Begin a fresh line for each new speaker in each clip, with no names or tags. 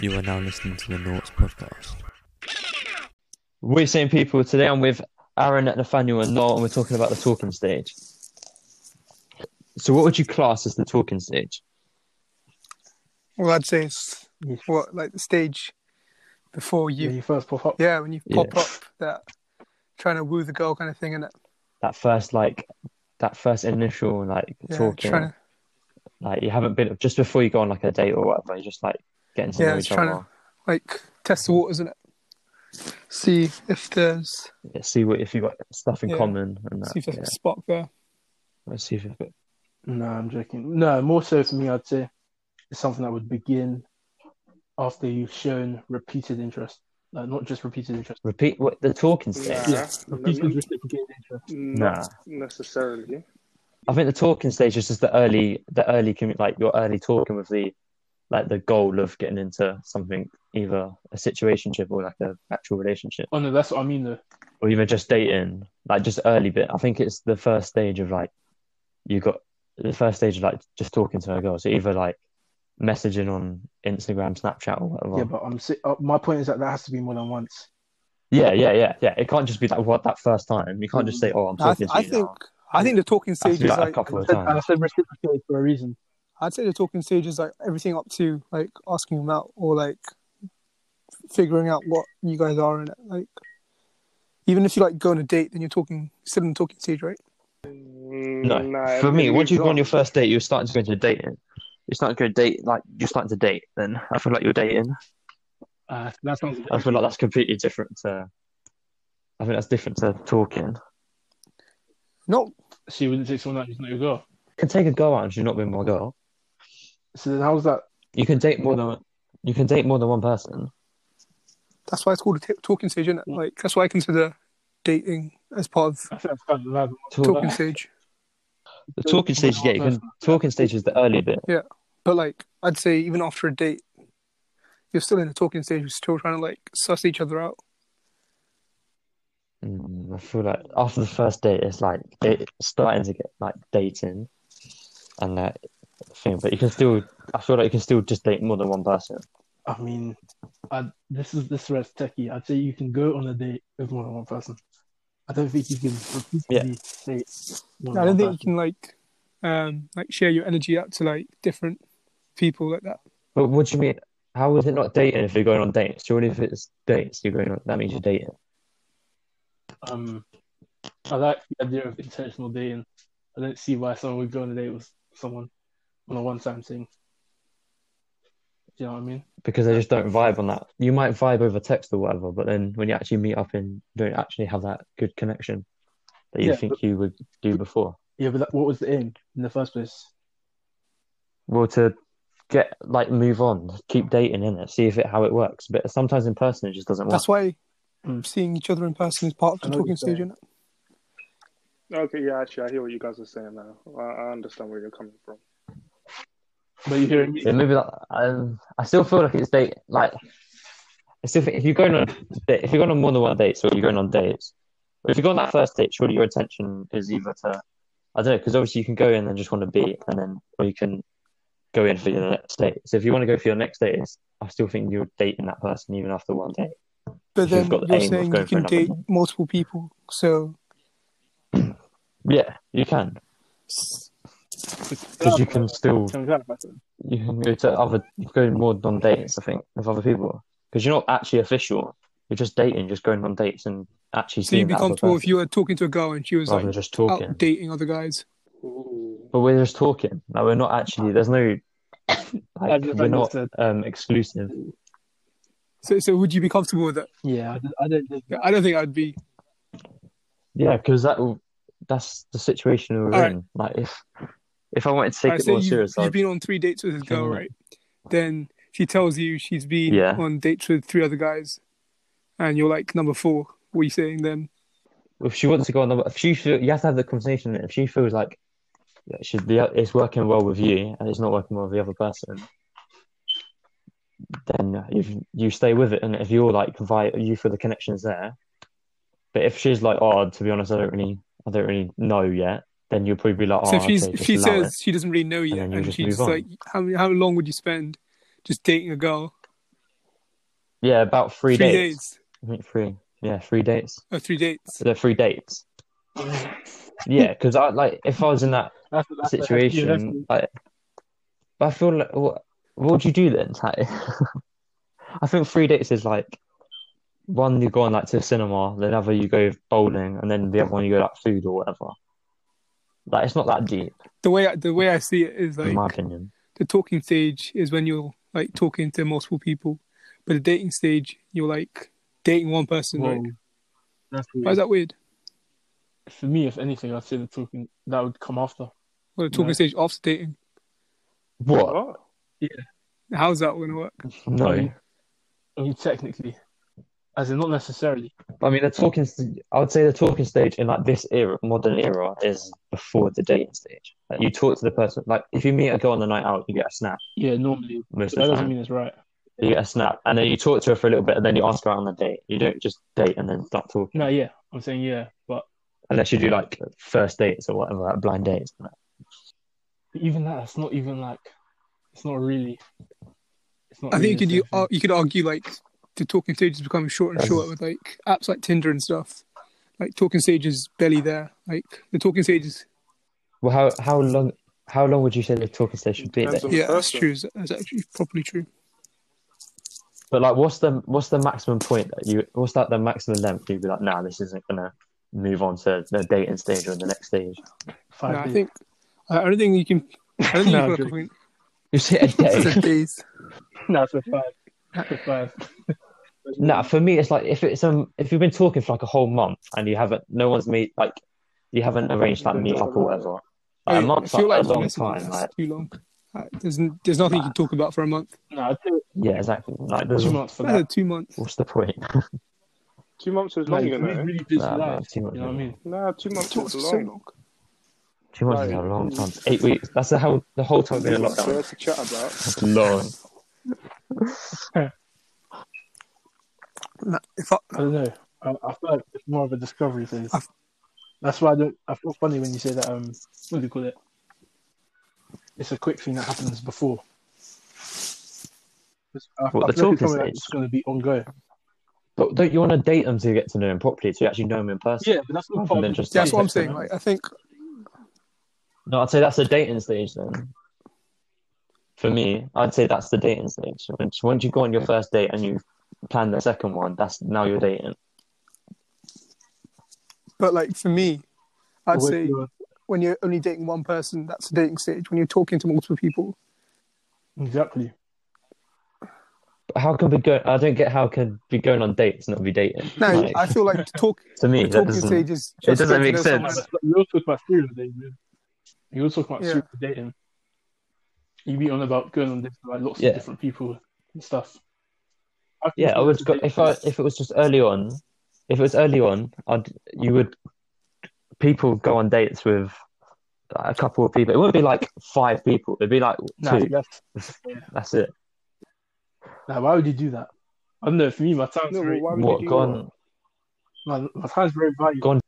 You are now listening to the Noughts podcast.
We're seeing people today. I'm with Aaron, Nathaniel, and Noel, and we're talking about the talking stage. So, what would you class as the talking stage?
Well, I'd say it's what like the stage before you,
when you first pop up.
yeah, when you
Yeah.
pop up that trying to woo the girl kind of thing, and
That first, like, that first initial, like,
yeah,
talking,
trying to
like, you haven't been just before you go on like a date or whatever. You're just like getting to
Yeah,
know
it's
each other.
trying like test the waters in it, see if there's
Yeah, see what if you got stuff in
Yeah.
common and that.
see if there's
yeah.
a spark there.
Let's see if it,
No, I'm joking. No, more so for me, I'd say it's something that would begin after you've shown repeated interest, like not just repeated interest.
repeat what the talking stage.
Nah,
Yeah.
no,
Repeated
no,
interest, repeated interest.
Nah.
not necessarily.
I think the talking stage is just the early, the early, commu- like your early talking with the, like the goal of getting into something, either a situationship or like a actual relationship,
Oh no, that's what I mean though.
or even just dating, like just early bit. I think it's the first stage of like, you got the first stage of like just talking to a girl. So either like messaging on Instagram, Snapchat, or whatever.
Yeah, but I'm. si- Uh, my point is that that has to be more than once.
yeah, yeah, yeah, yeah. It can't just be like what that first time. You can't just say, oh, I'm
I,
talking
I
to you.
think I think the talking
now.
stage
That's like,
is like
a couple of
And I
times.
said reciprocated for a reason.
I'd say the talking stage is like everything up to like asking them out or like figuring out what you guys are in it. Like even if you like go on a date, then you're talking still in the talking stage, right?
No,
No,
for me, once you go on your first date, you're starting to go into dating. You're starting to go date, like you're starting to date. Then I feel like you're dating.
Uh, that sounds.
I feel like that's completely different to. I think that's different to talking.
Not
So you wouldn't take someone that is not your girl.
You can take a girl out and she's not been my girl.
So then, how's that?
You can date more than you can date more than one person.
that's why it's called a t- talking stage, isn't it?
Mm.
Like that's why I consider dating as part of
I think that's kind of loud.
Talk-
talking stage.
the talking stage, yeah, you can talking stage is the early bit.
But like I'd say even after a date, you're still in the talking stage. You're still trying to like suss each other out.
Mm, I feel like after the first date, it's like it's starting to get like dating, and that thing. But you can still, I feel like you can still just date more than one person.
I mean, I, this is this is techie. I'd say you can go on a date with more than one person. I don't think you can repeatedly date.
Mm,
more than
I don't
one
think you
person.
can like um like share your energy out to like different people like that.
But what do you mean? How is it not dating if you're going on dates? Surely if it's dates, you're going on, that means you're dating.
Um, I like the idea of intentional dating. I don't see why someone would go on a date with someone on a one-time thing. Do you know what I mean?
Because they just don't vibe on that. You might vibe over text or whatever, but then when you actually meet up and you don't actually have that good connection that you
Yeah,
think you would do before.
Yeah, but that, what was the aim in the first place?
Well, to get like move on, keep dating in it, see if it how it works. But sometimes in person, it just doesn't work.
That's why
Mm.
seeing each other in person is part of
I
the
know
talking
what you're
stage.
saying.
innit?
Okay, yeah, actually, I hear what you guys are saying now. I, I understand where you're coming from.
But you hearing me?
Yeah, maybe that. Um, I still feel like it's date. Like, I still think if you're going on a date, if you're going on more than one date, so you're going on dates. But if you go on that first date, surely your attention is either to, I don't know, because obviously you can go in and just want to be, and then or you can go in for your next date. So if you want to go for your next date, it's, I still think you're dating that person even after one date. You've
But then
got the
you're
aim of
saying
going
you
for
can
another
date
one.
multiple people. So
Yeah, you can because you can still
Can we clarify something?
you can go to other you can go more on dates. I think with other people because you're not actually official. You're just dating, just going on dates and actually
so
seeing
you'd be
that other
comfortable
person.
if you were talking to a girl and she was
rather than
like "Oh,
just
out
talking.
dating other guys.
Ooh.
But we're just talking. Like we're not actually. There's no.
I
Like,
just
we're not
understood.
um, exclusive.
So so would you be comfortable with that?
Yeah, I, don't- I don't think that.
I don't think I'd be.
Yeah, because that that's the situation we're
All right.
in. Like if if I wanted to take
Alright,
it
so
more
you,
serious,
have
I'd,
been on three dates with this girl,
Yeah.
right? Then she tells you she's been
Yeah.
on dates with three other guys, and you're like number four. What are you saying then?
if she wants to go on the if she feel, you have to have the conversation. If she feels like that she, the, it's working well with you and it's not working well with the other person, then you you stay with it. And if you're like vi- you feel the connections there, but if she's like, oh, to be honest, I don't really I don't really know yet, then you'll probably be like, oh,
so if, she's,
okay,
if
just
she
allow
says
it.
she doesn't really know yet,
then
and,
you just
she's
move on.
like, how many- how long would you spend just dating a girl?
yeah, about three,
three
dates.
days.
I think three. Yeah, three dates.
Oh, three dates.
So they're three dates. Yeah, because I like if I was in that
That's, that's
situation,
that's- that's-
like, but I feel like what what would you do then? Like, I think three dates is like one you go on like to the cinema, then other you go bowling, and then the other one you go like food or whatever. Like it's not that deep,
The way I, the way I see it is
in
like
my opinion.
the talking stage is when you're like talking to multiple people, but the dating stage you're like dating one person.
whoa.
Right?
That's
Why is
weird.
that weird?
For me, if anything, I'd say the talking that would come after.
Well, the talking
No.
stage after dating.
What?
How's that going to work?
No,
I mean, I mean, technically, as in not necessarily.
I mean the talking. st- I would say the talking stage in like this era, modern era, is before the dating stage. Like, you talk to the person. Like if you meet a girl on the night out, you get a snap
Yeah, normally.
most
But
of the
that
time.
doesn't mean it's right.
you get a snap, and then you talk to her for a little bit, and then you ask her out on a date. You don't just date and then start talking,
No, yeah, I'm saying yeah, but
unless you do like first dates or whatever, like blind dates.
even that, it's not even like, it's not really. It's not.
I
really
think you could
the
you,
same
you could argue like the talking stage is becoming shorter and
Yes.
shorter with like apps like Tinder and stuff. Like talking stage is barely there. Like the talking stage is
Well, how how long how long would you say the talking stage should be?
Depends
then?
on-
yeah, that's
person.
true. That's actually probably true.
But like, what's the what's the maximum point that you what's that the maximum length you'd be like, nah, this isn't gonna move on to the dating stage or the next stage.
thing. Five
No, I
days.
think I don't think you can. I don't think
No,
you
I'm
can recommend
You say a day.
said days.
No, it's a five. It's a five.
Nah, for me, it's like if it's um if you've been talking for like a whole month and you haven't, no one's meet like you haven't arranged that meet up or whatever. Like, a
I-
month's
I feel
like
like
a long
honestly,
time.
that's
Like,
too long. Uh, there's n- there's nothing you can talk about for a month.
No, I'd say
yeah, exactly. Like, there's
two months for
That's a
that.
two months.
what's the point?
Two months is
Like,
long,
really,
you know.
really busy
Nah, man,
life.
too much
You know what I
of it.
mean?
Nah, two months
Talks
is
are so
long.
long.
Two months is a
Like-
long time. Eight weeks. That's the whole the whole time we're in
Lots
lockdown.
there to chat about.
That's long.
Nah, if I,
I don't know. I, I feel like it's more of a discovery phase.
I've-
That's why I don't. I feel funny when you say that. Um, what do you call it? It's a quick thing that happens before. It's- I,
What,
I
the
feel like
talking
it's something that's
stage?
going to be ongoing.
But don't you want to date them to get to know them properly, to actually know them in person?
Yeah, but that's not
Rather
part
than
of the
just
that's what I'm
Yeah.
saying. Like I think
No, I'd say that's the dating stage then. For me, I'd say that's the dating stage. Once once you go on your first date and you plan the second one, that's now you're dating.
But like for me, I'd
Wait,
say
you're-
when you're only dating one person, that's the dating stage. When you're talking to multiple people,
exactly.
But how can we go? I don't get how can we going on dates and not be dating.
no,
Like,
I feel like to talk
to me,
the
that
talking
doesn't.
stage is
it
just
doesn't
getting
make
to know
sense.
someone.
You were talking about serious dating. man. You were talking about
Yeah.
serious dating. You be on about going on dates with like, lots
Yeah.
of different people and stuff. I can
Yeah, I
say
would
that's a
go
dating
if I
phase.
if it was just early on. If it was early on, I'd you would people go on dates with a couple of people. It wouldn't be like five people. It'd be like
Nah, I
two.
think that's,
That's it.
nah, why would you do that? I don't know. For me, my time's
No,
very
well, why would
What
you do
go
that?
on?
my, my time's very valuable.
Go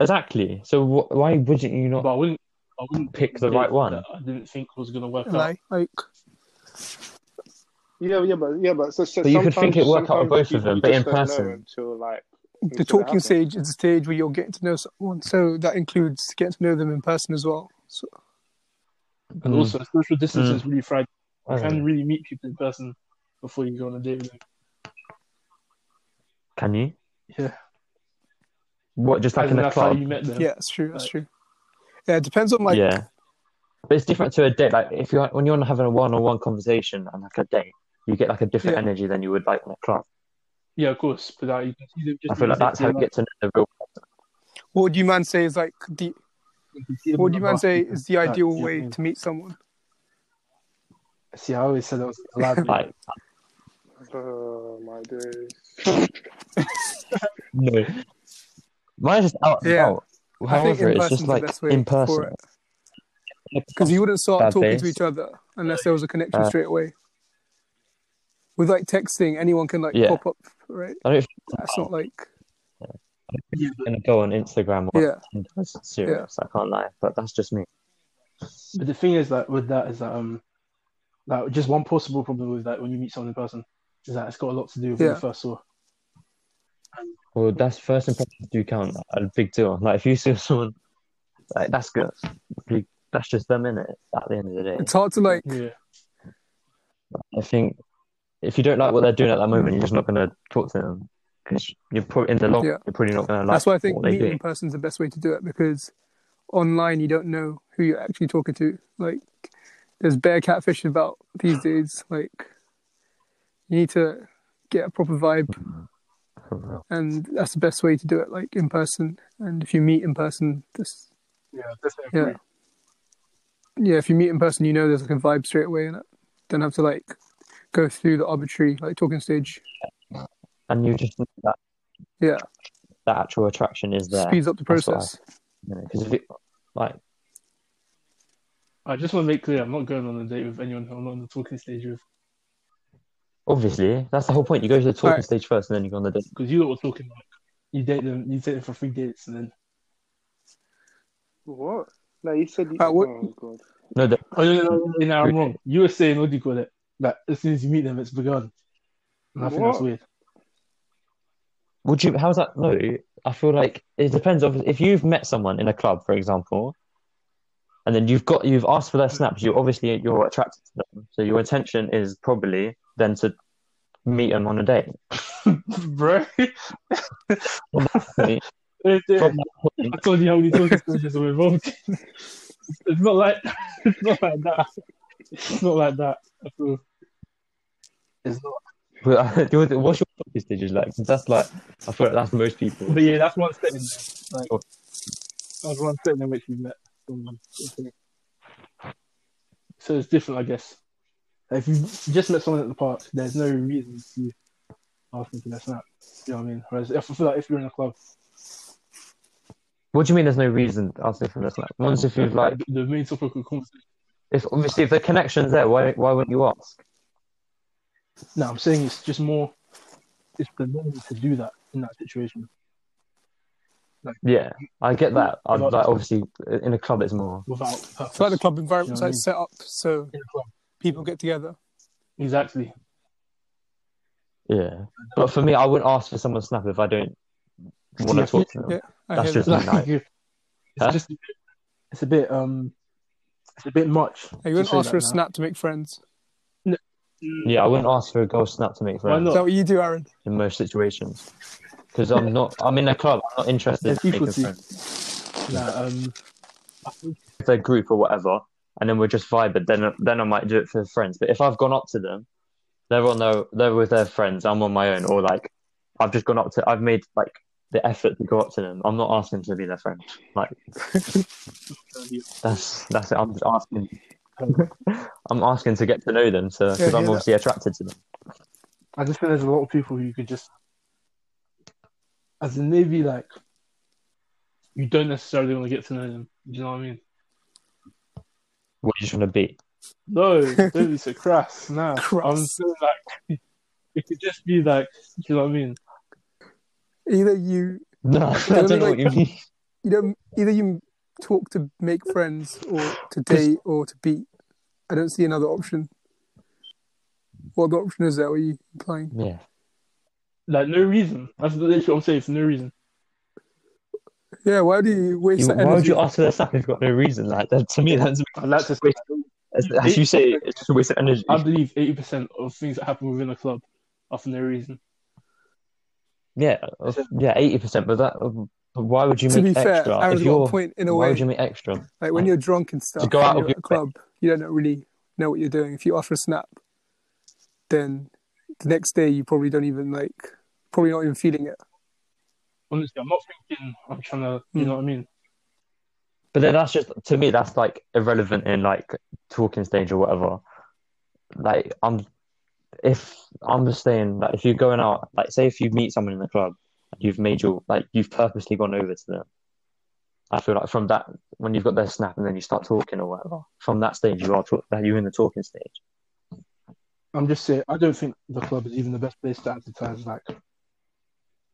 Exactly. So wh- why wouldn't you
But
not?
I wouldn't. I wouldn't
Pick the
date
right one.
That I didn't think was gonna work out.
Like, like
Yeah, yeah, but yeah, but so, so
But you could
sometimes-
think it work out of
sometimes
both of
people
them,
you
but
just
in
don't know
person.
until like
the
until it
talking
happens.
stage is the stage where you're getting to know someone. So that includes getting to know them in person as well. So
And
Mm.
also, social distancing
Mm.
is really fried.
I
You
don't
can
know.
really meet people in person before you go on a date with them.
Can you?
Yeah,
What? Just like
As
in a
that's how
club?
you met them.
yeah, that's true. That's
Like-
true. Yeah, it depends on like
yeah. But it's different to a date. Like if you're when you're having a one-on-one conversation and like a date, you get like a different
Yeah.
energy than you would like in a club.
Yeah, of course. But like, you can see them just.
I feel like that's how you get to know the real.
what would you man say is like the what would you man say is the ideal
yeah,
way
yeah.
to meet someone?
See, I always said that was allowed.
Like
Oh my days.
no, mine's just out and
Yeah.
about. However, it's
person's
just like
way
in
for
person.
it. because you wouldn't start
Bad
talking to
days.
each other unless there was a connection
Uh,
straight away. With like texting, anyone can like
Yeah.
pop up, right?
I don't.
That's not like
Yeah, but,
gonna go on Instagram or
Yeah.
and that's serious. I can't lie, but that's just me.
but the thing is that with that is that um, that just one possible problem with that when you meet someone in person is that it's got a lot to do with when
Yeah.
you first saw.
Well, that's first impressions do count. A big deal. Like if you see someone, like that's good. You- That's just them in it. At the end of the day,
It's hard to like.
Yeah,
I think if you don't like what they're doing at that moment, you're just not gonna talk to them because you're probably in the long.
Yeah.
You're probably not gonna like.
That's why I think
what they
meeting
do.
in person is the best way to do it because online you don't know who you're actually talking to. Like, there's bare catfish about these days. Like, you need to get a proper vibe,
For real.
and that's the best way to do it. Like in person, and if you meet in person, this
yeah, definitely.
yeah, yeah. If you meet in person, you know there's like a vibe straight away, and don't have to like go through the arbitrary like talking stage.
And you just that
Yeah,
that actual attraction is there.
speeds up the
That's what I-
process.
Because if it, like
I just want to make clear, I'm not going on a date with anyone who I'm not on the talking stage with
obviously that's the whole point. You go to the talking
Alright.
stage first, and then you go on the date.
because you lot were talking like you date them, you date them for three dates, and then
What? No, you said. You...
Uh, what-
Oh god.
No, the,
Oh no, no, no, no, no, I'm wrong. You were saying what do you call it? That as soon as you meet them, it's begun. And I think that's
What?
weird.
Would you? How's that? No, I feel like it depends. Obviously, if you've met someone in a club, for example, and then you've got you've asked for their snaps, you obviously you're attracted to them, so your intention is probably then to meet them on a date.
Bro,
Right?
Right there.
From that point,
I told you how many talking stages were involved. it's not like it's not like that. It's not like that. I feel. It's not.
but, uh, do you- what's your talking stages like? 'Cause That's like I feel like that's most people.
But yeah, that's one setting. Like
Oh.
that's one setting in which you met someone. So it's different, I guess. If you just met someone at the park, there's no reason to ask them to their snap. You know what I mean? Whereas if I feel like if you're in a club,
What do you mean? There's no reason to ask them for their snap. Once if you've like,
the- the main topic of conversation.
if obviously if the connection's there, why why wouldn't you ask?
No, I'm saying it's just more. It's the norm to do that in that situation.
Yeah, I get that. I,
Like-
like obviously in a club it's more.
without purpose.
It's like the club environment's
Yeah, I
like
mean-
set up so
In a club.
people get together.
Exactly.
Yeah, but for me, I wouldn't ask for someone's snap if I don't want
Yeah.
to talk to them.
Yeah. I
That's
hear
just
that.
Like,
nice.
it's
Huh?
just it's a bit um it's a bit much.
Hey, you
to
wouldn't
say
ask for a
that now.
snap to make friends.
Yeah, I wouldn't ask for a girl snap to make
Why
friends
Is
not?
that what you do, Aaron?
in most situations because I'm not. I'm in a club. I'm not interested
It's
in making
equal to-
friends.
Nah, um I think
If they're group or whatever, and then we're just vibing, then then I might do it for friends. But if I've gone up to them, they're on their they're with their friends. I'm on my own, or like I've just gone up to. I've made like the effort to go up to them. I'm not asking to be their friend. Like that's that's it. I'm just asking. I'm asking to get to know them, so
Yeah,
because
yeah,
I'm
that-
obviously attracted to them.
I just think there's a lot of people who you could just as in maybe like you don't necessarily want to get to know them. Do you know what I mean?
What are you trying to be?
No, don't be so crass. Nah. I'm
Crass.
so like it could just be like do you know what I mean?
Either you,
No, I don't know what you mean.
you don't, either you talk to make friends, or to date, or to beat. I don't see another option. What other option is that? What are you implying?
Yeah.
Like no reason. That's literally what I'm saying, for no reason.
Yeah, why do you waste
You-
that
why would
energy?
you ask for their stuff if you've got no reason? Like that, to me, that's
I'd like to say
Wait. as, as you say, it's just a waste of energy.
I believe eighty percent of things that happen within a club are for no reason.
yeah, of- yeah, eighty percent. But that, but why would you
to
make
be fair,
extra
Aaron's
if
got
you're?
a point in a
Why
way.
would you make extra?
Like when you're drunk and stuff,
go out
and
of
you're at
your-
a club, you don't really know what you're doing. If you offer a snap, then the next day you probably don't even like, probably not even feeling it.
Honestly, I'm not thinking I'm trying to you
Hmm.
know what I mean?
But then that's just to me, that's like irrelevant in like talking stage or whatever. Like I'm, if I'm just saying like if you're going out, like say if you meet someone in the club, you've made your like you've purposely gone over to them. I feel like from that when you've got their snap and then you start talking or whatever, from that stage you are talk- you're in the talking stage.
I'm just saying I don't think the club is even the best place to advertise like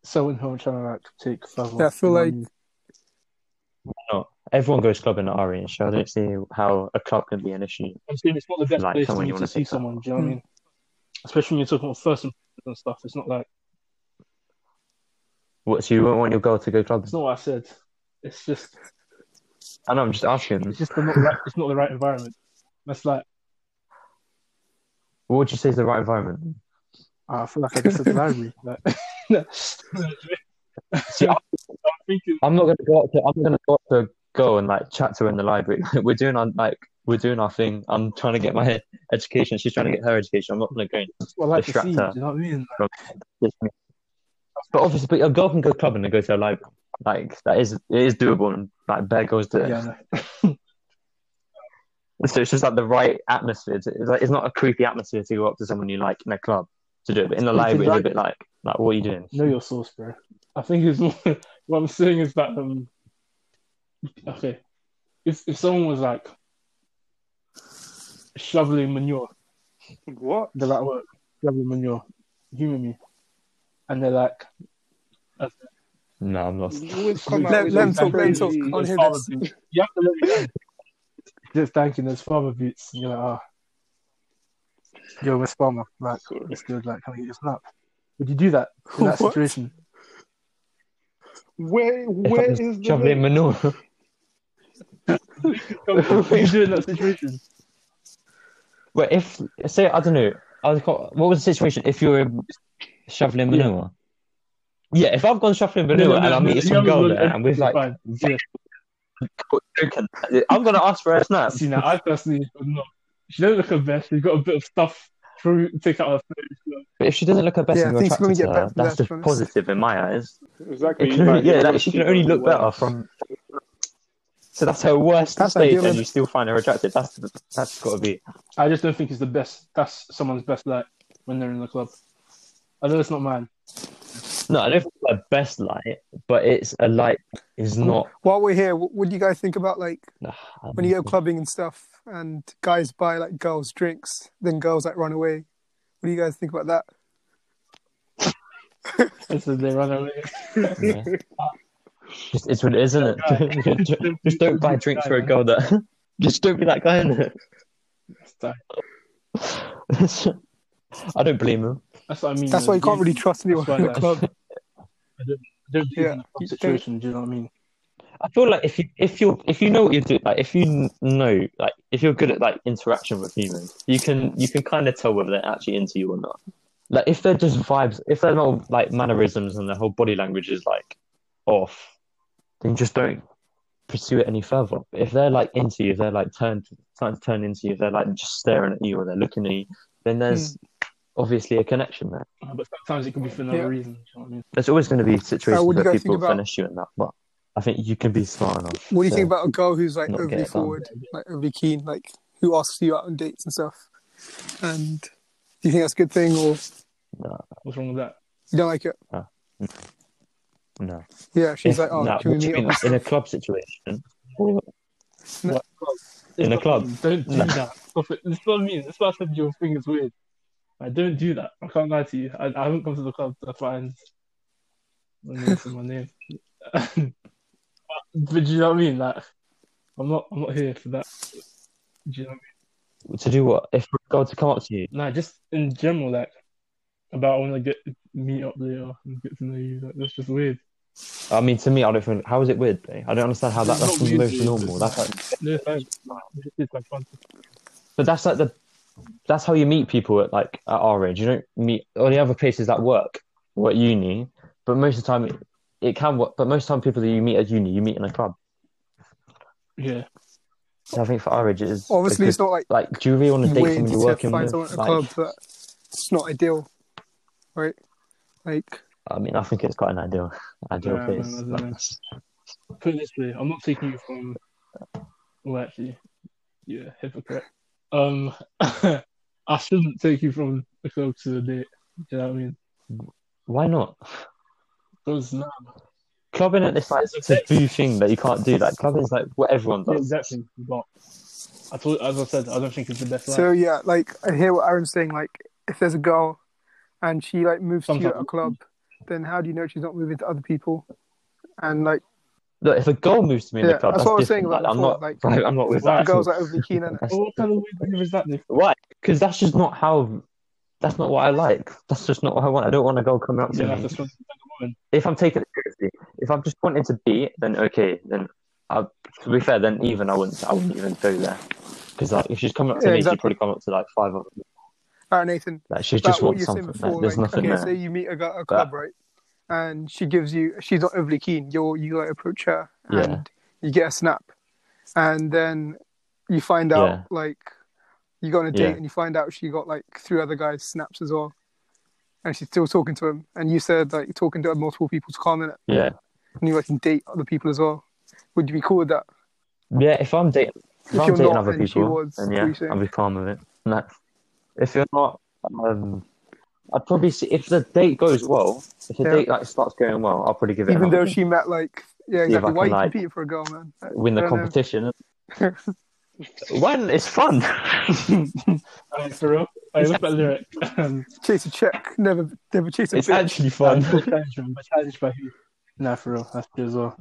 someone who I'm trying to like take further.
Yeah, I feel like-
Everyone goes clubbing at E our age, so I don't see how a club can be an issue.
I'm saying it's not the best
Like
place
someone
for
you
you
wanna
to see
pick up.
someone. Do you know what
Hmm.
I mean? Especially when you're talking about first impressions and stuff. It's not like
What, so you won't want your girl to go clubbing?
it's not what I said. It's just
I know, I'm just asking.
it's just the not right, it's not the right environment. That's like
What would you say is the right environment?
Ah, I feel like I just said the library. Like,
See, I-
I'm thinking
I'm not gonna go up to I'm gonna go up to a girl and like chat to her in the library. we're doing our like we're doing our thing. I'm trying to get my education. She's trying to get her education. I'm not gonna go. and-
that's what I like to see.
Distract her.
Do you know what I mean?
But obviously, but a girl can go clubbing and go to a library. Like that is it is doable and like bare girls do. it.
Yeah, I know.
So it's just like the right atmosphere. To, it's, like, it's not a creepy atmosphere to go up to someone you like in a club to do it, but in the
It's
library, it's a
like-
bit like like what are you doing?
Know your source, bro. I think it's more, what I'm saying is that um, okay, if if someone was like shoveling manure,
What?
they're at work shoveling manure, human me, and they're like,
No, I'm not.
You always come out
Let-
with
let him
these
talk, let him
crazy-
talk. I wanna hear
father
this.
boots. You have to let me know. Just thanking those farmer boots. and You're like, ah, yo, West Farmer, like, it's good, like, can I get your snap? Would you do that in that
What?
situation?
Where where is the
shoveling
link?
manure?
Would you do in that situation?
Wait, if say I don't know, I was caught, what was the situation if you were shuffling
Yeah.
manure? Yeah, if I've gone shuffling
No,
manure
no,
and
no,
I
no,
meet
you
some
haven't
girl
gone-
there and we've like
Fine. Yeah.
I'm gonna ask for a snap.
See, now I personally am not. She doesn't look her best. She's got a bit of stuff to take out her food.
But if she doesn't look her best
Yeah,
and
I
you're
think she's gonna
attracted to
get
her,
better,
that's
to
just
be honest.
positive in my eyes.
Exactly.
It
you
can,
like-
yeah,
you
like she can
cheat
only
on
look
the
better
world.
from. So that's her worst
That's
stage,
ideal,
and
isn't
you still find her attractive. That's that's got to be.
I just don't think it's the best. That's someone's best light when they're in the club. I know it's not mine.
No, I don't think it's her best light, but it's a light is not.
While we're here, what, what do you guys think about like
Ah,
when you go clubbing and stuff, and guys buy like girls drinks, then girls like run away? What do you guys think about that?
And so they run away.
Yeah. Just, it's what it is, isn't it? just, just don't buy drinks for a girl that. Just don't be that guy in it.
That's-
I don't blame him.
That's what I mean.
That's why you can't really
I
trust anyone
why
in the
that-
club.
don't believe in
Yeah,
the club
you don't-
situation. Do you know what I mean?
I feel like if you if you if you know what you do, like if you know, like if you're good at like interaction with humans, you can you can kind of tell whether they're actually into you or not. Like if they're just vibes, if they're not like mannerisms and their whole body language is like off, then just don't pursue it any further. But if they're like into you, if they're like turned starting to turn into you, if they're like just staring at you or they're looking at you, then there's
Hmm.
obviously a connection there.
But sometimes it can be for another
Yeah.
reason. Do you know what I mean?
There's always going to be situations
what do you
where
guys
people
think about-
finish you in that, but I think you can be smart enough.
What do you
to-
think about a girl who's like
Not get
overly
it done.
forward, like overly keen, like who asks you out on dates and stuff? And do you think that's a good thing, or
What's wrong with that?
you don't like it?
No.
Yeah, she's
If-
like, oh,
nah,
can we
what do you
meet
mean,
up?
like, in a club situation?
It's
In a
not-
club.
Don't do
No.
that. Stop it. It's not me. That's why I said your thing is weird. Like, don't do that. I can't lie to you. I, I haven't come to the club to find my name for my name. but, but do you know what I mean? Like, I'm not. I'm not here for that. Do you know what
To do what? If for God to come up to you,
I mean? Nah, just in general, like about I want to get meet up later and get to know you. Like, that's just weird.
I mean, to me, I don't think. How is it weird? Though? I don't understand how that.
It's not
That's the
weird,
most
dude.
normal. That's like,
No thanks. It's just- it's like fun.
but that's like the. That's how you meet people at like at our age. You don't meet all the other places at work or at uni, but most of the time it, it can work. But most of the time, people that you meet at uni, you meet in a club.
Yeah.
So I think for our age, it is a
Obviously,
good-
it's not like
like, do you really want to date
weird
someone you're
to
working
find
with?
someone at a
Like,
club, but it's not ideal, right? Like,
I mean, I think it's quite an ideal, ideal
Nah, man,
place.
I don't know. Put it this way, I'm not taking you from. Well, actually, yeah, hypocrite. Um, I shouldn't take you from the club to the date. Do you know what I mean?
Why not?
Because nah,
clubbing at this like
It's a
taboo thing that you can't do. Like clubbing's like what everyone
yeah,
does.
exactly. But I told, as I said, I don't think it's the best.
so
life.
yeah, like I hear what Aaron's saying. Like, if there's a girl and she like moves to you at a
Sometimes.
club, then how do you know she's not moving to other people? And like
Look, if a girl moves to me in
Yeah,
the club,
that's
that's,
what I was saying
different.
about
Like, I'm not,
before, like,
like, I'm not with
why
that.
Right.
girls are overly keen on it.
That's-
Oh, what kind of weird move is that? Nick?
Why? Because that's just not how. That's not what I like. That's just not what I want. I don't want a girl coming up to
You don't have
me.
to struggle with a woman.
If I'm taking it seriously, if I'm just wanting to be, then okay. Then I, to be fair, then even I wouldn't. I wouldn't even go there. Because like, if she's coming up to
Yeah,
me,
exactly.
she'd probably come up to like five of them.
All right, Nathan,
Like she
about
just
what
wants
you were saying
something. like,
before,
there's
like
nothing
okay,
there.
say you meet a, girl at a club, right? And she gives you she's not overly keen. You you like approach her
Yeah.
and you get a snap, and then you find out
Yeah.
like you go on a date
Yeah.
and you find out she got like three other guys snaps as well, and she's still talking to him. And you said like talking to multiple people's common,
Yeah.
and you like can date other people as well. Would you be cool with that?
Yeah, if I'm dating, if,
If
I'm
you're
dating
not,
other
then she
people,
was,
then
what
yeah,
are you saying?
I'll be fine with it. No, if you're not, um, I'd probably see if the date goes well. If the
Yeah.
date like starts going well, I'll probably give it.
Even
another
though
go.
she met like yeah
See if I
exactly. Why
can,
you
like,
competing for a girl, man? I-
win the
I don't know.
competition, when it's fun.
Alright, for real. Alright, look at that lyric. Um,
Chase a check, never never chase a
it's
bitch.
actually fun.
I'm challenged, but challenged by who? Nah, for real. That's true as well.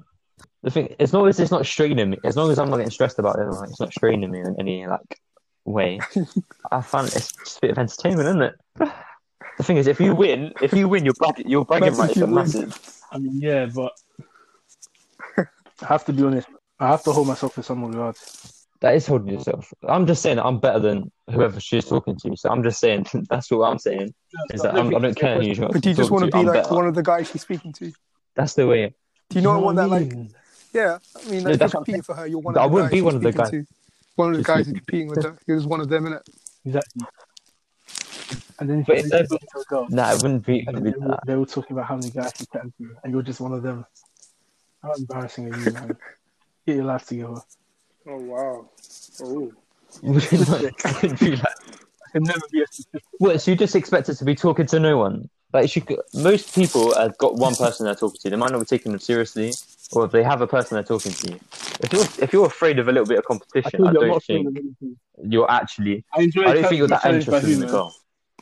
the thing, as long as it's not straining me, as long as I'm not getting stressed about it, like, it's not straining me in any like way. I find it's just a bit of entertainment, isn't it? The thing is, if you win, if you win, your bragging, your bragging
Imagine if
rights
you
are
win.
massive.
I mean, yeah, but I have to be honest. I have to hold myself in some regard.
That is holding yourself. I'm just saying that I'm better than whoever she's talking to. So I'm just saying that's all I'm saying. Is that I'm, I don't care who you
But do you just want to be like
better.
one of the guys she's speaking to?
That's the way.
Do you not want that? Like,
mean?
yeah, I mean,
No,
like, if you're
that's what I'm
competing for her, you're one
I
of the
wouldn't
guys
be
she's
one of the
speaking
guys
to. One of the
she's
guys who's
speaking
competing with her. You're just one of them, innit?
Exactly. And then
But
if
it's
you're
never-
talking to a girl,
Nah, it wouldn't be. It
and
wouldn't
they,
be
will,
that.
they will talk about how many guys you can do, and you're just one of them. How embarrassing are you, man? Get your life together.
Oh wow. Oh.
Wouldn't like- wouldn't be like-
I can never be a
What? So you just expected to be talking to no one? Like she, could- most people have got one person they're talking to. They might not be taking them seriously, or if they have a person they're talking to. If you're if you're afraid of a little bit of competition, I,
told you, I'm
don't
not sure
think
of anything.
you're actually
I enjoy.
I don't think you're
being
that
challenged by
interested in
who,
the
man.
girl.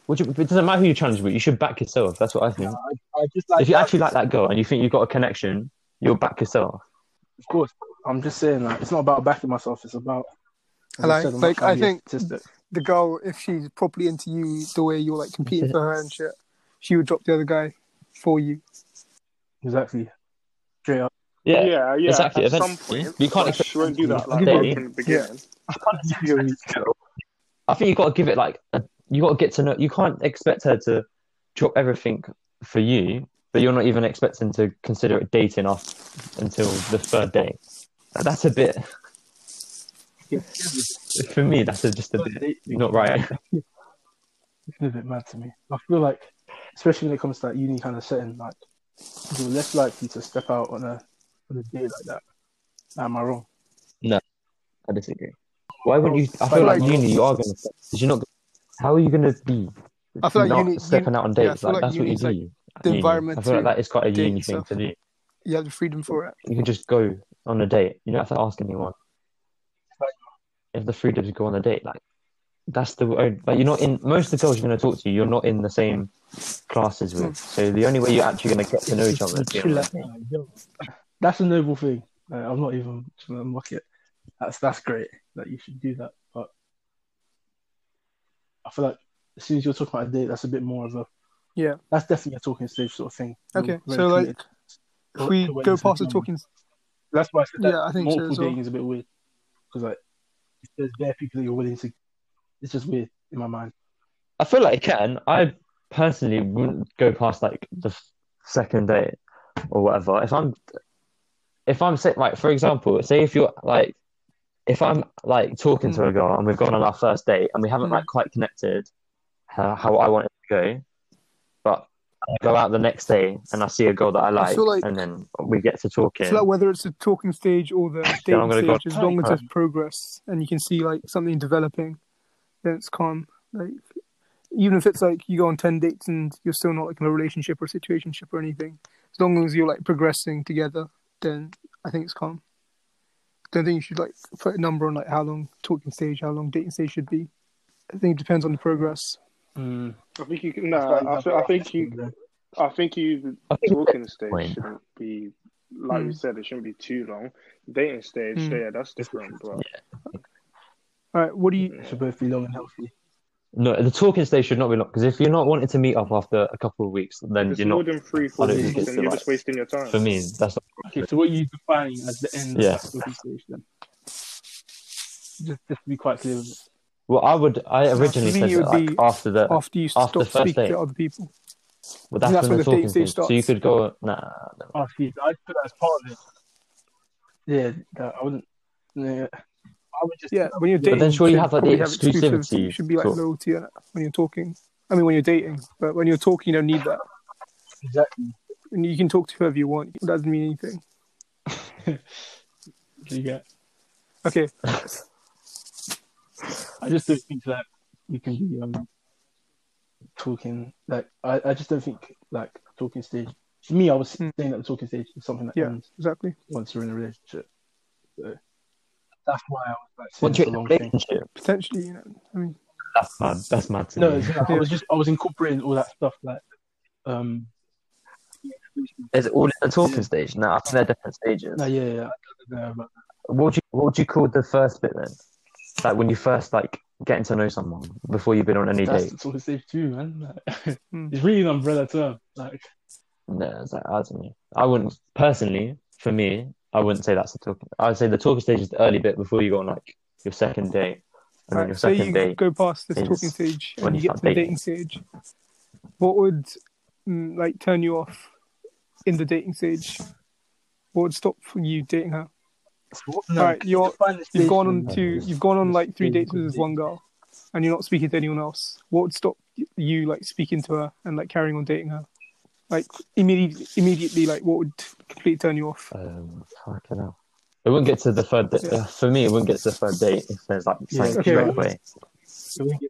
Would you, it doesn't matter who you challenge with, you should back yourself. That's what I think.
I just like.
if you
that.
actually like that girl and you think you've got a connection, you'll back yourself.
of course, I'm just saying that it's not about backing myself. It's about. as
Like-
I said, I'm not
like,
trying
I
to be a
think-
statistic.
The girl, if she's properly into you, the way you're like competing for her and shit, she would drop the other guy for you.
exactly. Straight up.
Yeah,
Yeah,
yeah.
Exactly,
At some
events-
point,
you can't
but
expect
she won't do that like
Daily.
right from the beginning.
I think you've got to give it like a, you got to get to know. You can't expect her to drop everything for you, but you're not even expecting to consider it dating off until the third day. That's a bit
Yeah.
for me. That's a, just a bit not right.
It's a bit mad to me. I feel like, especially when it comes to that uni kind of setting, like you're less likely to step out on a on a day like that. Am I wrong?
I disagree. Why wouldn't you? I feel
Like-
like uni. You are going to. You're not. How are you going to be?
I feel like
not
uni-
stepping out on
yeah, I
dates.
feel
like,
like
that's what you
uni's
do.
like
at
the
uni.
environment
I feel like
to
that is quite a
date
uni thing
yourself.
to do.
You have the freedom for it.
You can just go on a date. You don't have to ask anyone. If the freedom to go on a date, like that's the only- like you're not in most of the girls you're going to talk to. You're not in the same classes with. So the only way you're actually going to get to know each other. Is being
Chill
on a
out.
date.
That's a noble thing. Like, I'm not even trying to mock it. That's that's great that you should do that. But I feel like as soon as you're talking about a date, that's a bit more of a
Yeah.
That's definitely a talking stage sort of thing. You're
Okay,
very
so like,
committed to
if
what-
we
to what
go
you're
past the
doing.
talking,
That's why I said that.
Yeah, I think so
multiple
as well.
dating is a bit weird because like if there's there people that you're willing to. It's just weird in my mind.
I feel like it can. I personally wouldn't go past like the f- second date or whatever. If I'm, if I'm say, like for example, say if you're like, if I'm like talking to a girl and we've gone on our first date and we haven't
Mm.
like quite connected how, how I want it to go, but I go out the next day and I see a girl that I like,
feel like-
and then we get to
I
talking.
feel like whether it's the talking stage or the
Yeah, I'm
dating
gonna go-
stage, as long as there's progress and you can see like something developing, then it's calm. Like even if it's like you go on ten dates and you're still not like in a relationship or situationship or anything, as long as you're like progressing together, then I think it's calm. Don't think you should like put a number on like how long talking stage, how long dating stage should be. I think it depends on the progress.
Uh, I think you. can- Nah, I, thi- I think you. I think you
I think
talking stage
point.
shouldn't be like
Hmm.
you said. It shouldn't be too long. Dating stage,
Mm.
yeah, that's different. But
All right, what do you?
It should both be long and healthy.
No, the talking stage should not be long because if you're not wanting to meet up after a couple of weeks, then
if it's
you're
more
not.
than three,
I
four
don't
weeks,
think
then
it's the
you're just
right-
wasting your time.
For me, that's not.
Okay, so what are you defining as the end
Yeah.
of the talking stage then? Just, just to be quite clear with it.
Well, I would. I
for
originally
me,
said
it would
that, like,
be
after the.
After you
After
stop
first
speaking
date.
to other people,
well, that's, when the talking stage. So you
starts.
could go. Nah. nah.
Oh, see, I put that as part of it. Yeah, that, I wouldn't. Yeah, I would just.
yeah, when you're
But
dating,
then
surely you
should
have, like, the
probably have
exclusivity
You should be like
talk.
loyalty in it when you're talking. I mean, when you're dating, but when you're talking, you don't need that.
Exactly.
And you can talk to whoever you want. It doesn't mean anything.
Do you get?
Okay,
I just don't think that you can be um, talking. Like, I, I just don't think like talking stage. To me, I was
Hmm.
saying that the talking stage is something that
Yeah.
ends
exactly.
once you're in a relationship. So that's why I was like saying
Once you're
it's a
in a
long thing.
relationship,
Potentially, you know. I mean,
that's mad. That's mad to
No,
me.
it's, like, I was just I was incorporating all that stuff like um.
Is it all in the talking
Yeah.
stage? No, I think they're different stages.
No, yeah, yeah. I don't know about
What would you What would you call the first bit then? Like when you first like getting to know someone before you've been on any
That's
date.
the talking stage too, man. Like,
Hmm.
It's really an umbrella term. Like,
No, it's like, I don't know. I wouldn't personally. For me, I wouldn't say that's the talking. I'd say the talking stage is the early bit before you go on like your second date, and then your
Alright, say
second
you
date.
go past this
is
talking stage
when
and
you
you get to the
start
dating stage. What would mm, like turn you off in the dating stage? What would stop you dating her?
no,
Alright, you're-
define the
You've
stage
gone
for
on
me.
to you've gone on like three
Yeah,
dates with
good
this one girl, and you're not speaking to anyone else. What would stop you like speaking to her and like carrying on dating her? Like immediately, immediately, like what would completely turn you off?
Um, fucking hell. It wouldn't get to the third date.
Yeah.
For me, it wouldn't get to the third date if there's like
Yeah,
something
okay.
straight away.
So we get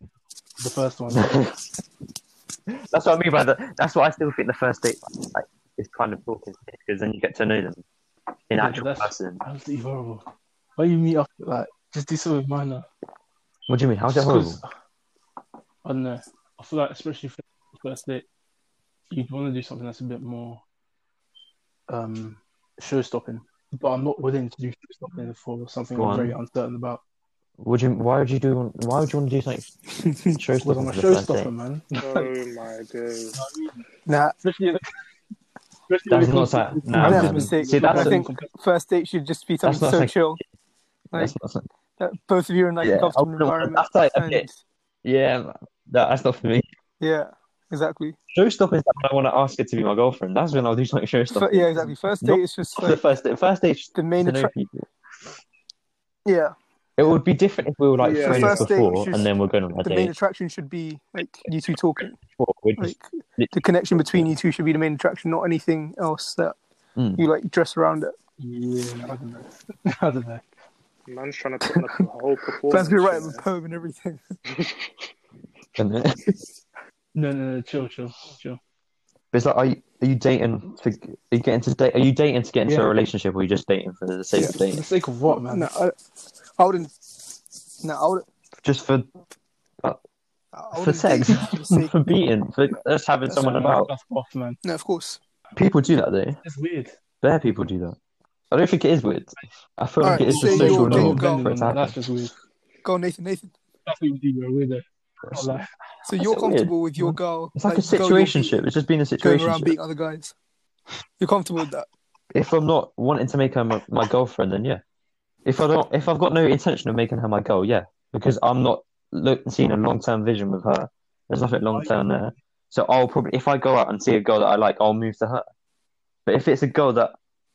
the first one.
that's what I mean by that. That's why I still think the first date like, is kind of talking because then you get to know them in
Yeah,
actual
that's-
person.
Absolutely horrible. Why you meet up like just do something minor?
What do you mean? How's that
Just 'cause-
horrible?
I don't know. I feel like especially for the first date, you'd want to do something that's a bit more um show stopping. But I'm not willing to do show stopping for something
Go
I'm
on.
very uncertain about.
Would you? Why would you do? Why would you want to do something?
Because
Showstopper
I'm
for
a
the first
showstopper,
date.
man.
oh my days.
Nah,
Especially in especially
That's
in
not
a-
so-
in a-
nah,
That's a
man.
mistake.
See, that's
I
a-
think first date should just be something
not
so
like-
chill. Like
That's not. something-
that both of you are in like
Yeah,
a
I
comfortable
wouldn't want-
environment.
that's like a
and
bit. Yeah, man. No, that's not for me.
yeah, exactly.
Showstopper is like when I want to ask her to be my girlfriend. That's when I'll do something
F-
showstopper.
yeah, exactly. First
Not
date is just
Not the
like
first date. First date is
the main
to know
attraction.
people.
Yeah,
It would be different if we were like
Yeah.
friends
First date,
before
which is
and then we're going on a
the main
date.
attraction should be like you two talking.
Before. We're just,
Like the connection between you two should be the main attraction, not anything else that
Mm.
you like dress around it.
Yeah, I don't know. I don't know.
Man's trying to put on a whole performance.
That's be right,
you
the
know.
poem and everything.
and then-
No, no, no, chill, chill, chill.
But it's like, are you, are you dating to are you getting to date? Are you dating to get into
Yeah.
a relationship, or are you just dating for the sake of
For the
dating?
sake of what, man?
No, I, I wouldn't. No, I wouldn't.
Just for
I
for
wouldn't
sex,
date for the sake-
for beating, for just having
That's
someone
No,
about.
That's off, man.
No, of course.
People do that though.
It's weird.
Bare people do that. I don't think it is weird. I feel like it
Alright,
is
so
just
you're
social
dating a
norm
girl.
for it to
That's
happen.
just weird.
Go on, Nathan. Nathan.
That's what you do. You're a weirdo. Not like-
So
That's
you're
so
comfortable
weird.
with your girl?
It's like a
the girl you're beating,
situationship. It's just being a
Going around
situationship.
beating other guys. You're comfortable with that?
If I'm not wanting to make her my, my girlfriend, then yeah. If I don't, if I've got no intention of making her my girl, yeah, because I'm not look, seeing a long term vision with her. There's nothing long term there. So I'll probably, if I go out and see a girl that I like, I'll move to her. But if it's a girl that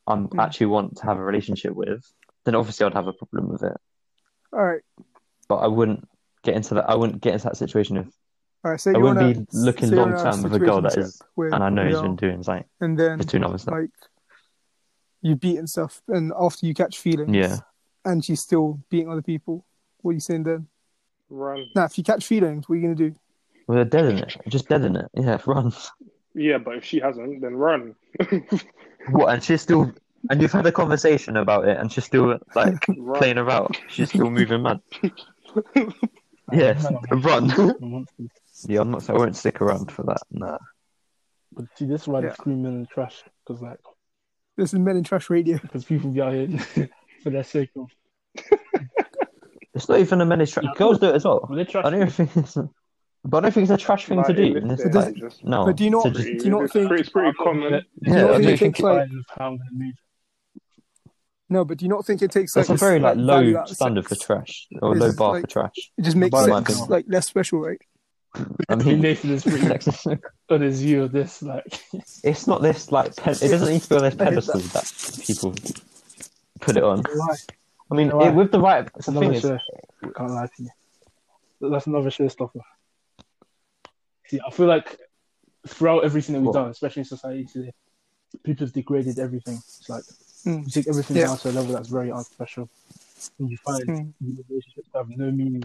I'm
Hmm.
actually want to have a relationship with, then obviously I'd have a problem with it.
All right.
But I wouldn't get into that. I wouldn't get into that situation if
All right. So
I
you're
wouldn't
in
be
a,
looking
so you're in
long term
a
with a girl that
situationship
is,
with
and I know
a
he's
girl,
been doing something
and then
between us.
like you beat and stuff, and after you catch feelings,
Yeah,
and she's still beating other people. What are you saying then?
Run.
Now, if you catch feelings, what are you gonna do?
well, they're dead in it. Just dead in it. Yeah, run.
Yeah, but if she hasn't, then run.
What? And she's still. And you've had a conversation about it, and she's still like
Run.
playing about. She's still moving mad. Yes,
Man, I'm-
run.
I'm a monster.
yeah, I'm not. I won't stick around for that. Nah.
But see, this is why
Yeah.
the screaming and trash, because like,
This is Men in Trash Radio.
because people be out here for their sake of
It's not even a men's trash.
No.
Girls do it as well.
well, they're trash.
I don't think it's, but I don't think it's a trash thing to
Like, in
do.
this
And it's
day and
does-
like,
age, it's
no.
But do you not-
to just-
pretty-
do you not
it's
think-
pretty- it's pretty
I'm not
common.
gonna-
yeah,
you not
I
think
don't
it
think
takes,
it,
like-
Kind of how I'm gonna move.
No, but do you not think it takes like
that's a very like
value
low
out of
standard for
sex?
trash or
It's
low
just
bar
like-
for trash.
It just makes
By
my
sex
opinion.
like less special, right?
I
I mean,
mean,
Nathan is pretty
sex is-
on his view of this. Like,
it's not this like pe- it doesn't need to be on this
I hate that.
pedestal that people put it on. I mean,
You know why?
it, with the right
That's
the thing
another
is,
show. I can't lie to you. That's another showstopper. See, I feel like throughout everything that we've
What?
done, especially in society today, people's degraded everything. It's like
Mm.
you take everything
Yeah.
down to a level that's very unspecial, and you find
Hmm.
Mm.
new relationships have no meaning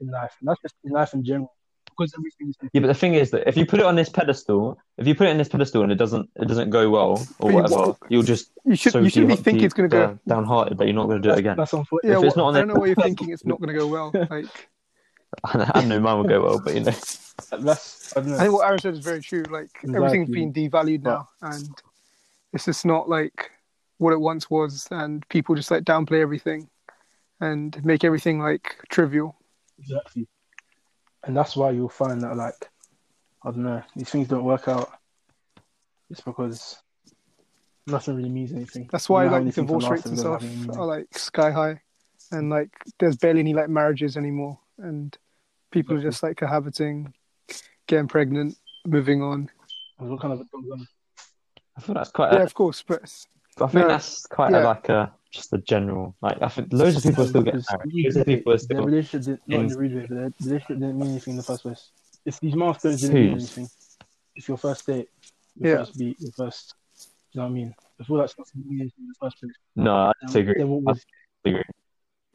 in life, and that's just in life in general. Because everything is
yeah, but the thing is that if you put it on this pedestal, if you put it on this pedestal and it doesn't it doesn't go well or
But you-
whatever, you'll just
You should
so
you shouldn't be
dehu-
thinking it's gonna go.
down- downhearted that you're not going to do it
that's,
again.
that's unfortunate.
Yeah,
if it's
well,
not on
I
the-
don't know why you're thinking it's not gonna go well. Like
I know mine will go well, but you know,
That's I don't know.
I think what Aaron said is very true. Like everything's
Exactly.
been devalued now, and it's just not like what it once was, and people just like downplay everything and make everything like trivial.
Exactly. And that's why you'll find that, like, I don't know, these things don't work out. It's because nothing really means anything.
That's why
You know how many
like
things
divorce
on earth
rates and
that don't
stuff
have any meaning.
are like sky high, and like there's barely any like marriages anymore, and people are just like cohabiting, getting pregnant, moving on.
And What kind of dumb-
I feel that's quite.
Yeah,
A,
of course, but it's-
I think
no,
that's quite a,
yeah.
like a just a general like. I think loads of people are still getting
Because
married. Loads of people are
Their
still.
relationship did, not in the real way, but their relationship didn't mean anything in the first place. If these milestones didn't mean
Whose?
anything, if your first date, your
Yeah.
first beat, your first, you know what I mean? If all that stuff didn't mean anything in the first place,
No, I
then,
disagree.
then what was,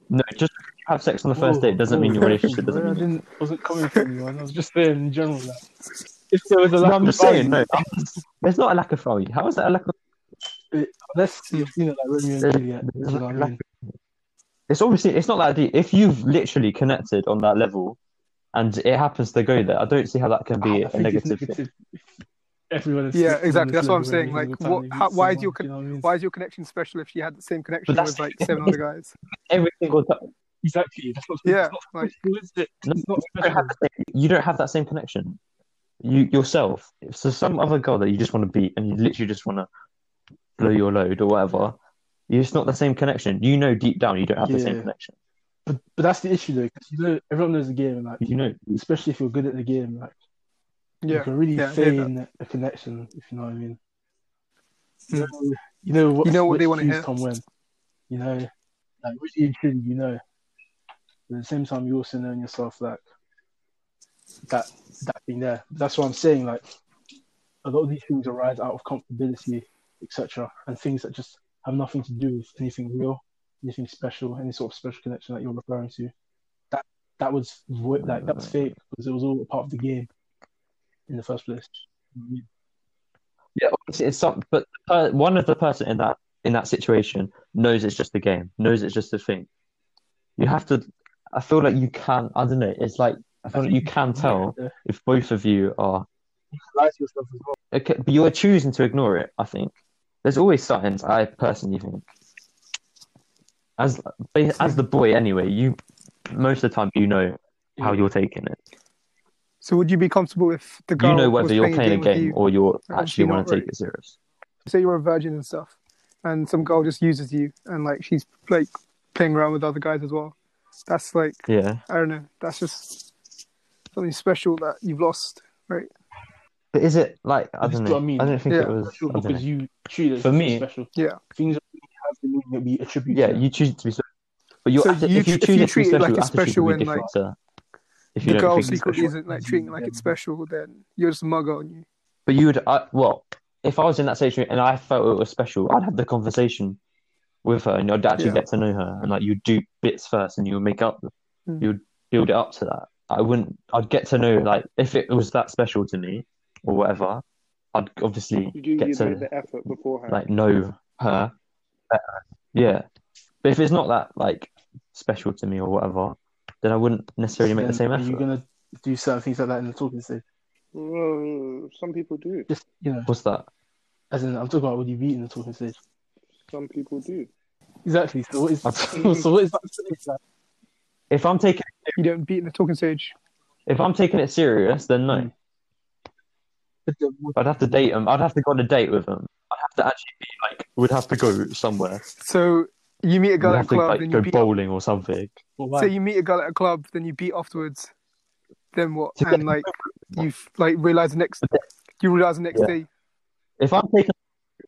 No, just because you have sex on Uh, the first
Whoa,
date doesn't
whoa.
mean your relationship doesn't.
I
Mean
didn't, wasn't coming from you, man. I was just saying in general. Like, if there was a lack
no, I'm
of
just saying.
value,
No, there's not a lack of value. How is that a lack of?
Unless you've seen it like Romeo and Juliet. you know what I mean?
It's obviously it's not that deep. If you've literally connected on that level, and it happens to go there, I don't see how that can be
Ah, I
a
think it's
negative thing.
Everyone has
Yeah,
slept on
exactly.
this
That's what I'm
level
saying.
every
Like,
single time
what?
they
How,
meet
why is
someone,
your
you
con-
know what I mean?
why is your connection special if she had the same connection
that's-
with like seven other guys?
Every single time.
exactly? That's not
Yeah,
It's not
like-
special, is it?
No,
It's not
you don't
special.
have the same- you don't have that same connection. You yourself. So some other girl that you just want to beat and you literally just want to blow your load or whatever. you It's not the same connection. You know deep down you don't have the same
Yeah.
connection.
But, but that's the issue though, because you know everyone knows the game, and like
You know.
especially if you're good at the game, like you
Yeah,
can really
yeah, I hear
feign a connection, if you know what I mean. You know, you know what
You know what
which
they wanna
keys
hear.
come when. You know, like really and truly, you know. But at the same time, you also know in yourself like that that thing there. That's what I'm saying. Like a lot of these things arise out of comfortability, etc., and things that just have nothing to do with anything real, anything special, any sort of special connection that you're referring to. That that was vo- like that was fake because it was all a part of the game in the first place.
Yeah, it's, it's some, but uh, one of the person in that in that situation knows it's just a game, knows it's just a thing. You have to. I feel like you can. I don't know. It's like I feel like you can tell
Yeah,
if both of you are.
lie to yourself as well.
Okay, but you're choosing to ignore it. I think there's always signs. I personally think, as as the boy anyway, you most of the time you know how you're taking it.
So would you be comfortable if the girl
you know
was
whether you're playing a
with
game
you?
or you're
Obviously
actually want
not,
to take
right?
it serious.
Say you're a virgin and stuff, and some girl just uses you, and like she's like playing around with other guys as well. That's like
Yeah.
I don't know. That's just something special that you've lost, right?
But is it like I
This
don't
is
know?
what I mean.
I don't think
Yeah.
it was.
Special
I don't
because
know.
you treat it
For
as
me-
special.
Yeah.
Things that really have the meaning that we attribute.
Yeah,
to them.
you choose it to be special. But your
So
atti-
you
if you
tr- if
choose
you
it to be
treat it
special,
like
your
it's
attitude
special
will
and,
be different
like,
to if you
The
don't
girl
think it's
secretly
special.
isn't like treating it like it's special. Then you're just a mug on you.
But you would. I, well, if I was in that situation and I felt it was special, I'd have the conversation with her and I'd actually
Yeah.
get to know her and like you do bits first and you would make up.
Mm.
You would build it up to that. I wouldn't. I'd get to know like if it was that special to me or whatever. I'd obviously
You, you
get
made
to
the effort beforehand.
like know her better. Yeah. But if it's not that like special to me or whatever, then I wouldn't necessarily make the
Then
same
Are you
effort.
gonna do certain things like that in the talking stage?
Uh, some people do.
Just you know,
What's that?
as in I'm talking about when you meet in the talking stage.
Some people do.
Exactly. So what is so what is that?
If I'm taking
You don't beat in the talking stage.
if I'm taking it serious, then no.
Mm.
I'd have to date them. I'd have to go on a date with them. I'd have to actually be like, we'd have to go somewhere.
So you meet a
We'd
girl at a
have to
club,
like
then
go
you beat.
bowling or something.
Well,
So
why?
you meet a girl at a club, then you beat afterwards. Then what?
To get-
And like you have like realize the next. You realize the next
Yeah.
day.
If I'm taking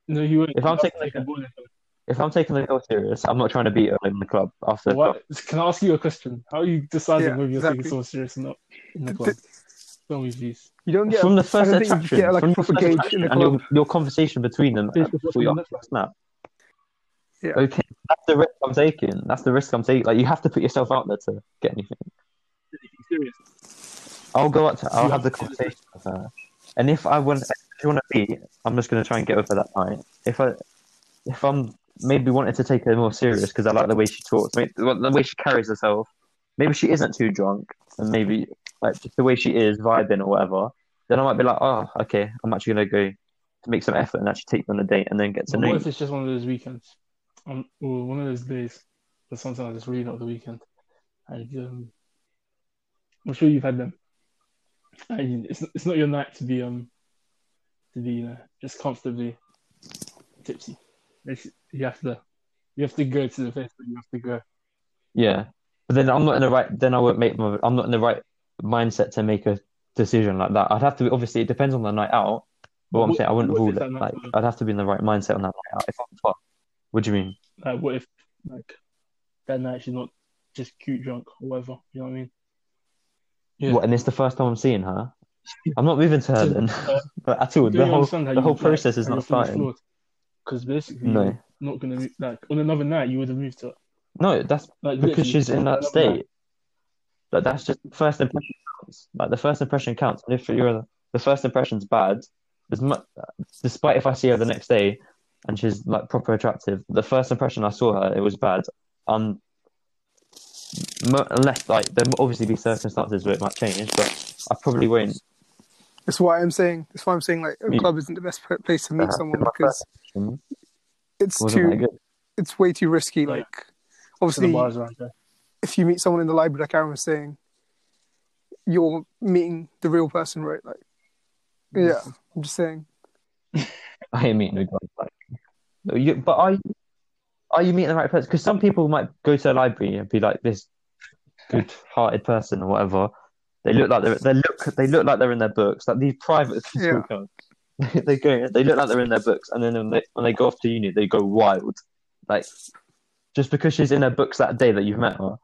no, you won't.
If I'm taking
like
a-
a ball in-
if I'm taking the girl serious, I'm not trying to beat her in the club after. the
Why-
club.
Can I ask you a question? How are you deciding
Yeah,
whether you're
exactly.
taking someone serious or not in the
Th-
club? Tell me, please.
You don't get
From the
I
first
don't think you
attraction,
get, like,
from
a
the
proper
first
gauge in
attraction
the
and your,
club.
your conversation between them,
Based on
before
what's
you
on
ask
the
for a snap.
Yeah.
Okay, that's the risk I'm taking. That's the risk I'm taking. Like you have to put yourself out there to get anything.
Anything serious?
I'll go up to her, I'll
You
have
have
the
to-
conversation with her. And if I want, if she want to be, I'm just gonna try and get with her that night. If I, if I'm maybe wanted to take her more serious because I like the way she talks, maybe, the way she carries herself. Maybe she isn't too drunk, and maybe like just the way she is vibing or whatever. Then I might be like, oh, okay, I'm actually gonna go to make some effort and actually take you on a date and then get to
But
know.
what
you.
if it's just one of those weekends? Um, or one of those days. But sometimes it's really not the weekend. And um, I'm sure you've had them. And it's it's not your night to be um to be you know just comfortably tipsy. It's, you have to you have to go to the place that you have to go.
Yeah, but then I'm not in the right. Then I won't make my. I'm not in the right mindset to make a decision like that. I'd have to. Obviously, it depends on the night out. But what I'm
What-
saying, I wouldn't
what
rule
is
it.
that night
Like,
out?
I'd have to be in the right mindset on that night out. If I'm fucked, what do you mean?
Like, what if, like, that night she's not just cute drunk or whatever? You know what I mean? Yeah.
What? And it's the first time I'm seeing her. I'm not moving to her
So,
then,
uh,
but at all.
Do
The
you
whole
understand how
the
you,
whole
like,
process is not
how you're feeling
starting.
Because basically,
No,
you're not gonna be- like on another night you would have moved to
no, that's
like
because
literally,
she's in that
another night.
state. Like that's just first impression counts. Like the first impression counts. And if you're the first impression's bad, as much, despite if I see her the next day and she's like proper attractive, the first impression I saw her it was bad. Um, mo- unless like there will obviously be circumstances where it might change, but I probably won't.
That's why I'm saying. That's why I'm saying like a
Meet-
club isn't the best pl- place to meet
uh,
someone
my
because
impression
it's
wasn't that
too.
good.
It's way too risky.
Yeah.
Like,
to the
obviously,
bars around there.
if you meet someone in the library, like Aaron was saying, you're meeting the real person, right? Like, yeah,
Mm.
I'm just saying.
I ain't meeting the guy. Like, no, you, but are you, are you meeting the right person? Because some people might go to a library and be like this good-hearted person or whatever. They look like they're they look they look like they're in their books. Like these private
Yeah.
people, they go they look like they're in their books, and then when they, when they go off to uni, they go wild. Like just because she's in her books that day that you've met her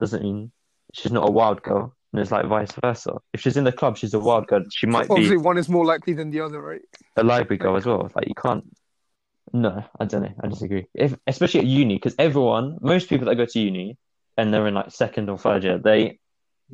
doesn't mean she's not a wild girl. And it's like vice versa. If she's in the club, she's a wild girl. She might be
Obviously, one is more likely than the other, right?
a library girl as well. Like you can't. No, I don't know. I disagree. If, especially at uni, because everyone, most people that go to uni and they're in like second or third year, they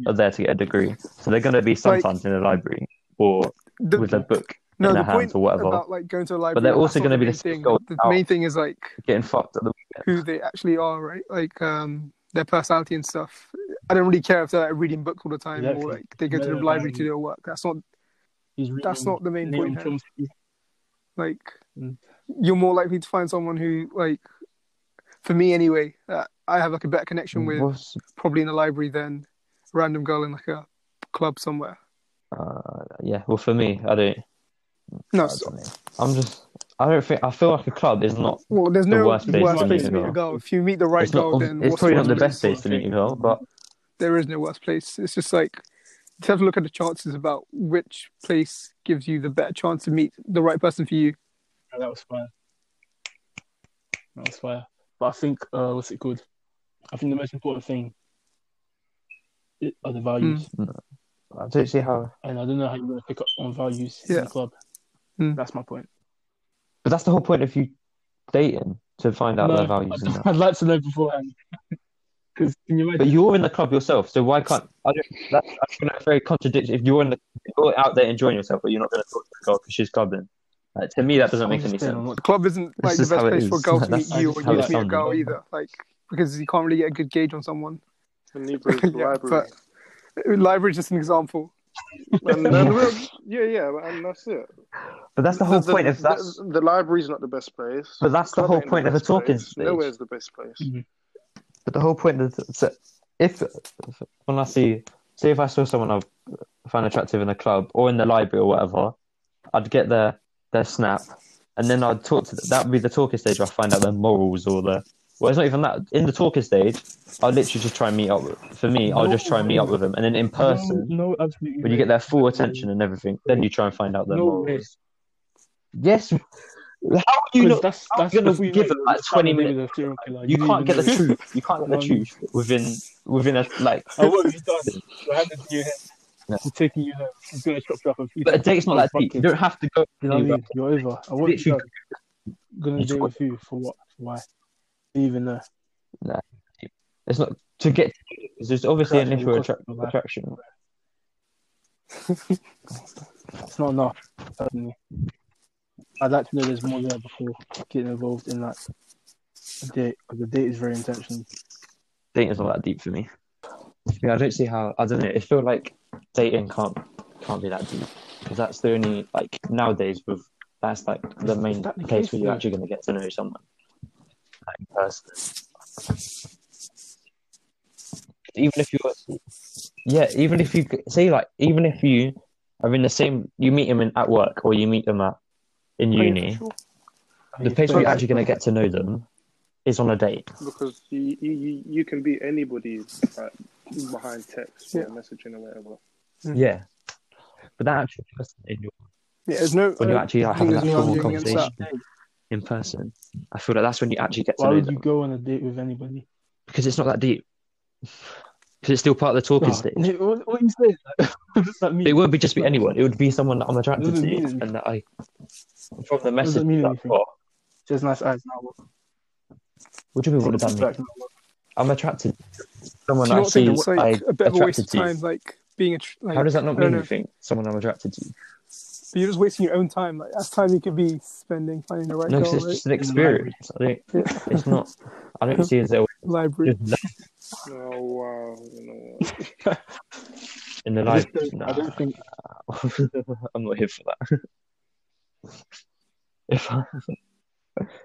are there to get a degree. So they're going to be sometimes in a library or
The,
with a book
no,
in
the
their
point
hands or whatever,
about like going to a library,
they're also
going to
gonna be the
thing.
same
The
out.
main thing is like
getting fucked at the
who they actually are, right? Like, um, their personality and stuff. I don't really care if they're like reading books all the time
Exactly.
or like they go to
No,
the
no,
library to
no.
do their work. That's not
He's reading,
that's not the main
Leon
point. here.
Chomsky.
Like,
Mm.
you're more likely to find someone who like, for me anyway, uh, I have like a better connection
Mm.
with
What's,
probably in a library than a random girl in like a club somewhere.
uh, yeah, well, for me, I don't.
No,
I
so,
don't know. I'm just. I don't think. I feel like a club is not.
well, there's no worse
worst
place,
place
to
to meet a girl. If you meet the right
It's not.
girl,
obvi-
then
It's
what's
probably
the
not the
worst
best
place?
place to meet a girl, but
There is no worse place. It's just like you have to look at the chances about which place gives you the better chance to meet the right person for you.
Yeah, that was fire. That was fire. But I think uh, what's it called? I think the most important thing i- are the
Hmm.
values.
I don't see how.
and I don't know how you're going to pick up on values in
Yeah.
the club.
Mm.
That's my point.
But that's the whole point of you dating to find out
No,
their values and
I'd,
that.
I'd like to know beforehand. Because can you
But
imagine?
you're in the club yourself, so why can't I don't? That's, that's gonna very contradictory. If you're in the, if you're out there enjoying yourself, but you're not going to talk to the girl because she's clubbing. Like, to me, that doesn't
I'm
make
just
any
saying,
sense.
I'm not-
The club isn't like the
is
best
how it
place for a
is.
girl to meet
That's
you
just
or
how
you
it's
to meet a
done.
girl either, like because you can't really get a good gauge on someone.
And neither is the
Yeah,
library.
but- Library is just an example.
And then, well, yeah, yeah, and that's it.
But that's the whole point of that's.
The, the library's not the best place.
But that's the
Club
whole
ain't
point of a
best
talking
place.
stage.
Nowhere's the best place.
But the whole point is so if when I see say if I saw someone I found attractive in a club or in the library or whatever, I'd get their their snap, and then I'd talk to them. That would be the talking stage where I find out their morals or their. Well, it's not even that. In the talking stage, I'll literally just try and meet up. With, for me, I'll just try and meet up with them, and then in person,
No, no, absolutely.
when you get their full attention and everything, then you try and find out their
No way.
morals. Yes. How are you not?
that's,
how
that's
you gonna
before you
give
know
it
you're
like
just
20
having a
minutes?
bit of a serial killer.
You
don't
can't get the
even know.
truth. You can't get the
Um,
truth within within a like.
Oh, what have you done? What happened to your head?
No.
I'm taking you home. I'm going to chop you up and feed
But a
you.
date's not that
Fuck
deep. You
it.
don't have to go.
You know what I mean? You're over. I want you
Literally-
done. I'm going
You
to date
talk-
with you for what? For why? Even though.
It's not to get. There's obviously an
Attraction
issue of
costs
attra-
a lot.
attraction.
It's not enough, certainly. I'd like to know there's more there before getting involved in that date. 'cause The date is very intentional.
Dating's not that deep for me. Yeah, I don't see how. I don't know. It feel like dating can't can't be that deep because that's the only like nowadays with that's like the
Is-
main
is that the
place
case,
where you're
though?
actually going to get to know someone like, in person. Even if you, yeah, even if you say like, even if you are in the same, you meet him in, at work or you meet them at in
Oh, yeah,
uni.
for
I mean,
the place where
it's
you're actually going to get to know them is on a date.
sure. Because you, you- you, you can be anybody like, behind text or messaging or whatever.
Yeah. But that actually person in your,
Yeah, there's no.
when you
uh,
actually like,
I
have
think
an
there's no
actual
argument against
conversation in person, I feel like that's when you actually get to
Why
know
would
them
you go on a date with anybody?
because it's not that deep. Because it's still part of the talking
Oh,
stage.
Nick, what, what are you saying? what does that mean?
It would be just be anyone. It would be someone that I'm attracted
Doesn't
to
mean anything.
and that I from the message.
mean
that I've
anything.
got.
She has nice eyes now. What,
What do you mean? What does that mean?
back now, what-
I'm attracted to someone
Do you
I
not think
see.
it's like
I
a bit of a waste
attracted
of
to.
time, like being a. tr- Like,
How does that not
I don't
mean
know.
anything? Someone I'm attracted to.
But you're just wasting your own time. Like that's time you could be spending finding the right
No,
girl,
'cause it's
right?
just an experience. I don't. It's not. I don't see it as a
Library.
Oh, wow. You know what?
in the
I
life.
just don't- I
Nah.
don't think
I'm not here for that. if I,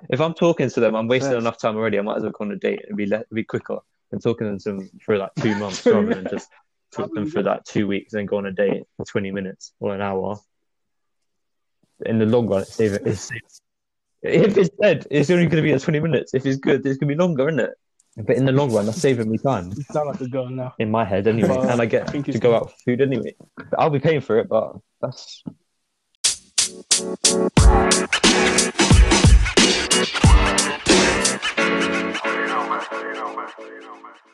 if I'm talking to them, I'm wasting
Fair.
enough time already. I might as well go on a date and be le- be quicker than talking to them for like two months rather than just talk to them for like two weeks and go on a date for 20 minutes or an hour. In the long run, it's saving. It's, if it's dead, it's only going to be at 20 minutes. If it's good, it's going to be longer, isn't it? But in the long run, that's saving me time
you sound like a girl now.
in my head anyway,
Well,
and I
I
get
think
to
it's-
go out for food anyway. I'll be paying for it, but that's
You know, man. You know, man. You know, man.